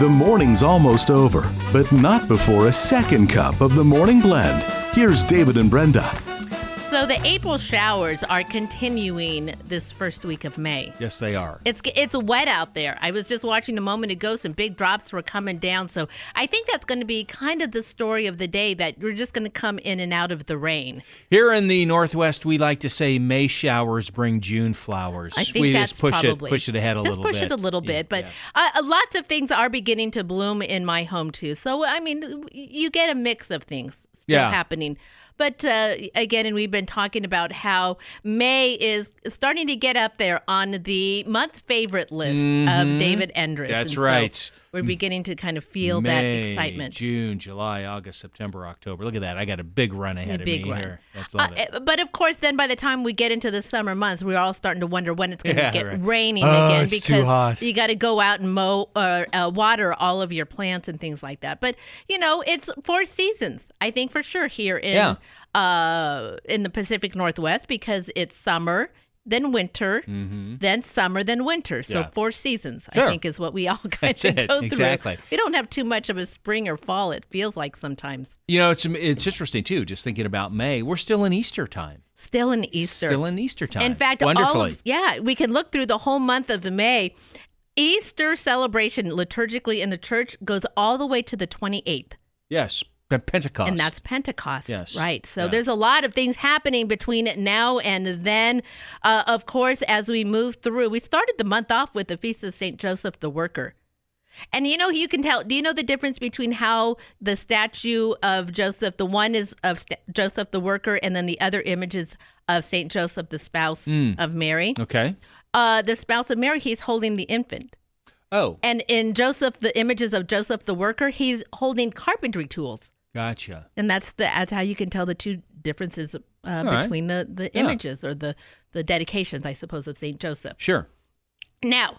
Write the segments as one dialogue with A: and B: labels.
A: The morning's almost over, but not before a second cup of the morning blend. Here's David and Brenda.
B: So the April showers are continuing this first week of May.
C: Yes, they are.
B: It's it's wet out there. I was just watching a moment ago some big drops were coming down. So I think that's going to be kind of the story of the day that you're just going to come in and out of the rain.
C: Here in the Northwest, we like to say May showers bring June flowers.
B: I think
C: we
B: that's
C: just push
B: probably
C: it push it ahead a
B: just
C: little
B: push
C: bit.
B: it a little
C: Yeah,
B: bit, but
C: yeah.
B: uh, lots of things are beginning to bloom in my home too. So I mean, you get a mix of things still
C: Yeah.
B: happening. But uh, again, and we've been talking about how May is starting to get up there on the month favorite list of David Endress.
C: Mm-hmm. That's
B: And so
C: right.
B: we're beginning to kind of feel that
C: May,
B: excitement.
C: June, July, August, September, October. Look at that. I got a big run ahead
B: big
C: of me
B: run.
C: here. That's
B: Uh,
C: love it.
B: eh, but of course, then by the time we get into the summer months, we're all starting to wonder when it's going to
C: Yeah,
B: get
C: right.
B: raining
C: Oh,
B: again
C: it's
B: because
C: too hot.
B: you got to go out and mow or uh, water all of your plants and things like that. But you know, it's four seasons. I think for sure here in
C: Yeah.
B: uh, in the Pacific Northwest because it's summer. Then winter, then summer, then winter. So
C: Mm-hmm. Yeah.
B: four seasons, I
C: Sure.
B: think, is what we all kind
C: That's
B: of
C: it.
B: go through.
C: Exactly.
B: We don't have too much of a spring or fall. It feels like sometimes
C: You know, it's it's interesting too. Just thinking about May, we're still in Easter time.
B: still in Easter.
C: Still in Easter time.
B: In fact,
C: wonderfully.
B: all of, yeah, we can look through the whole month of May. Easter celebration liturgically in the church goes all the way to the 28th,
C: yes, P- Pentecost.
B: and that's Pentecost.
C: Yes.
B: Right. So
C: Yeah.
B: there's a lot of things happening between now and then. Uh, of course, as we move through, we started the month off with the Feast of St. Joseph the Worker. And you know, you can tell. Do you know the difference between how the statue of Joseph, the one is of st- Joseph the worker, and then the other image is of Saint Joseph, the spouse
C: Hmm.
B: of Mary?
C: okay.
B: uh, the spouse of Mary, he's holding the infant.
C: Oh,
B: And in Joseph, the images of Joseph the worker, he's holding carpentry tools.
C: gotcha.
B: And that's the that's how you can tell the two differences uh,
C: right.
B: between the, the
C: Yeah.
B: images or the, the dedications, I suppose, of St. Joseph.
C: Sure.
B: Now,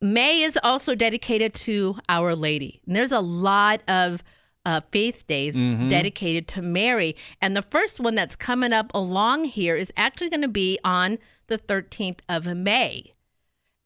B: May is also dedicated to Our Lady. And there's a lot of uh, faith days dedicated to Mary. And the first one that's coming up along here is actually going to be on the 13th of May.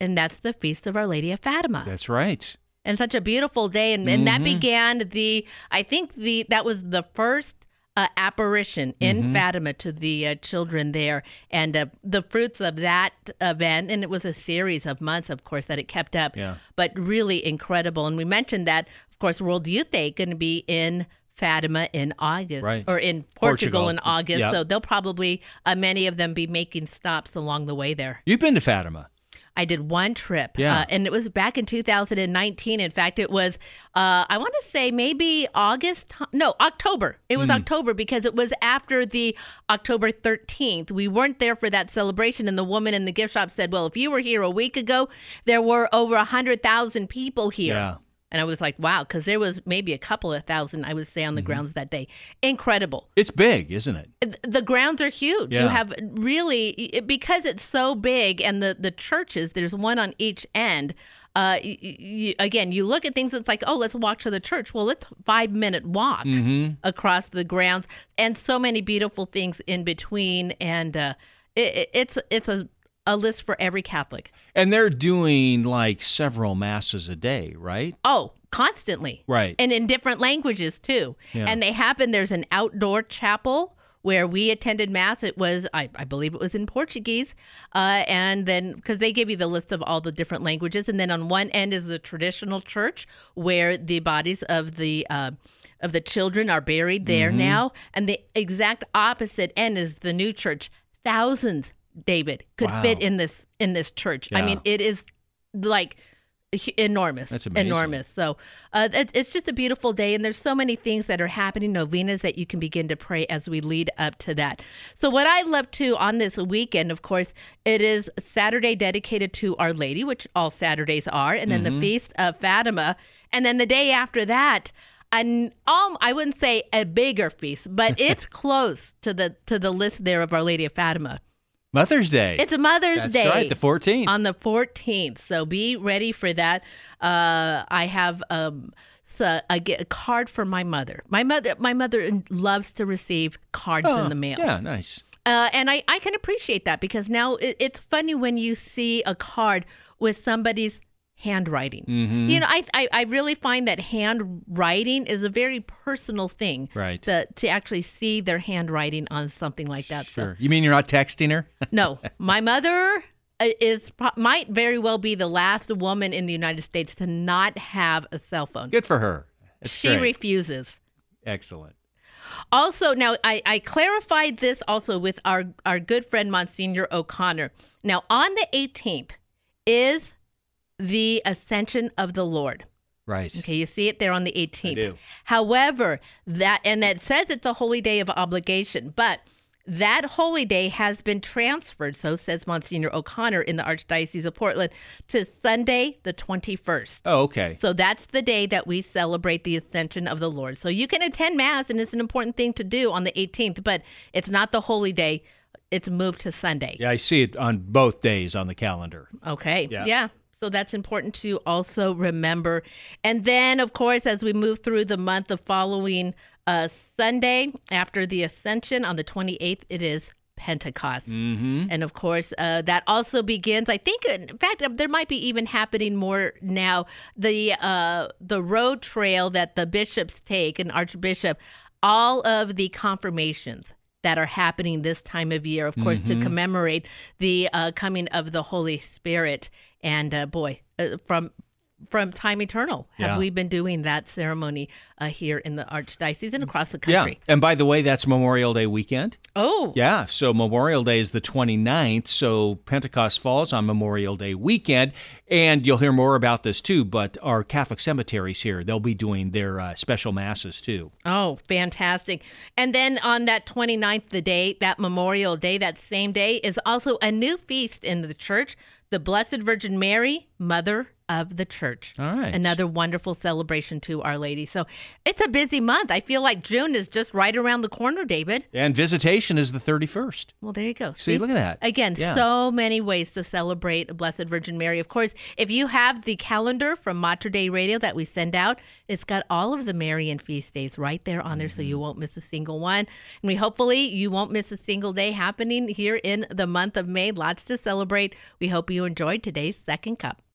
B: And that's the Feast of Our Lady of Fatima.
C: That's right.
B: And such a beautiful day. And, and
C: Mm-hmm.
B: that began the, I think the that was the first uh, apparition in
C: Mm-hmm.
B: Fatima to the uh, children there. And uh, the fruits of that event, and it was a series of months, of course, that it kept up,
C: Yeah.
B: but really incredible. And we mentioned that, of course, World Youth Day going to be in Fatima in August
C: Right.
B: or in Portugal,
C: Portugal.
B: in August.
C: Yeah.
B: So they'll probably, uh, many of them, be making stops along the way there.
C: You've been to Fatima.
B: I did one trip.
C: Yeah.
B: Uh, and it was back in 2019. In fact, it was, uh, I want to say maybe August, no, October. It
C: Hmm.
B: was October because it was after the October 13th. We weren't there for that celebration. And the woman in the gift shop said, Well, if you were here a week ago, there were over 100,000 people here.
C: Yeah.
B: And I was like, wow, because there was maybe a couple of thousand, I would say,
C: Mm-hmm.
B: on the grounds that day. Incredible
C: It's big, isn't it?
B: th- the grounds are huge. You
C: Yeah.
B: have really it- because it's so big, and the the churches there's one on each end. Uh, y- y- y- again, you look at things. It's like, oh, let's walk to the church. Well, it's five minute walk across the grounds, and so many beautiful things in between. And uh, it, it's it's a a list for every Catholic.
C: And they're doing like several masses a day, right?
B: Oh, constantly.
C: Right.
B: And in different languages too.
C: Yeah.
B: And they happen there's an outdoor chapel where we attended mass. It was I, I believe it was in Portuguese. Uh, and then because they give you the list of all the different languages and then on one end is the traditional church where the bodies of the uh, of the children are buried there
C: Mm-hmm.
B: now and the exact opposite end is the new church. Thousands David could
C: Wow.
B: fit in this in this church. I
C: Yeah.
B: mean it is like hu- enormous
C: That's amazing.
B: enormous so uh, it's, it's just a beautiful day and there's so many things that are happening novenas that you can begin to pray as we lead up to that so what i love to on this weekend of course it is saturday dedicated to our lady which all saturdays are and
C: Mm-hmm.
B: then the feast of fatima and then the day after that an um, I wouldn't say a bigger feast, but it's close to the to the list there of Our Lady of Fatima.
C: Mother's Day.
B: It's a Mother's
C: That's
B: Day
C: right, the 14th.
B: on the 14th. So be ready for that. Uh, I have um, so a, g- a card for my mother. My mother, my mother loves to receive cards in the mail.
C: Oh, Yeah, nice.
B: Uh, and I, I can appreciate that because now it, it's funny when you see a card with somebody's handwriting.
C: Mm-hmm.
B: You know, I, I I really find that handwriting is a very personal thing.
C: Right.
B: To to actually see their handwriting on something like that. So
C: Sure. You mean you're not texting her?
B: no, my mother uh, is pro- might very well be the last woman in the United States to not have a cell phone.
C: Good for her. That's
B: she
C: great.
B: refuses.
C: Excellent.
B: Also, now I, I clarified this also with our our good friend Monsignor O'Connor. Now on the 18th is the ascension of the Lord.
C: Right.
B: Okay, you see it there on the 18th.
C: I do.
B: However, that and it says it's a holy day of obligation, but that holy day has been transferred, so says Monsignor O'Connor in the Archdiocese of Portland, to Sunday the 21st.
C: Oh, okay.
B: So that's the day that we celebrate the ascension of the Lord. So you can attend Mass, and it's an important thing to do on the 18th, but it's not the holy day. It's moved to Sunday.
C: Yeah, I see it on both days on the calendar.
B: Okay.
C: Yeah.
B: So that's important to also remember. And then, of course, as we move through the month of following uh, Sunday after the Ascension on the 28th, it is Pentecost. Mm-hmm. And of course, uh, that also begins, I think, in fact, uh, there might be even happening more now. The, uh, the road trail that the bishops take and Archbishop, all of the confirmations that are happening this time of year, of course,
C: Mm-hmm.
B: to commemorate the uh, coming of the Holy Spirit. And uh, boy, uh, from from time eternal, have
C: Yeah.
B: we been doing that ceremony uh, here in the archdiocese and across the country?
C: Mm. Yeah. And by the way, that's Memorial Day weekend.
B: Oh,
C: Yeah. So Memorial Day is the 29th. So Pentecost falls on Memorial Day weekend. And you'll hear more about this too. But our Catholic cemeteries here, they'll be doing their uh, special masses too.
B: Oh, fantastic. And then on that 29th, the day, that Memorial Day, that same day, is also a new feast in the church the Blessed Virgin Mary, Mother of the Church.
C: All right.
B: Another wonderful celebration to Our Lady. So it's a busy month. I feel like June is just right around the corner, David.
C: And visitation is the 31st.
B: Well, there you go.
C: See, look at that.
B: Again,
C: Yeah.
B: so many ways to celebrate the Blessed Virgin Mary. Of course, if you have the calendar from Mater Day Radio that we send out, it's got all of the Marian feast days right there on there, so
C: Mm-hmm.
B: you won't miss a single one. And we hopefully you won't miss a single day happening here in the month of May. Lots to celebrate. We hope you enjoyed today's second cup.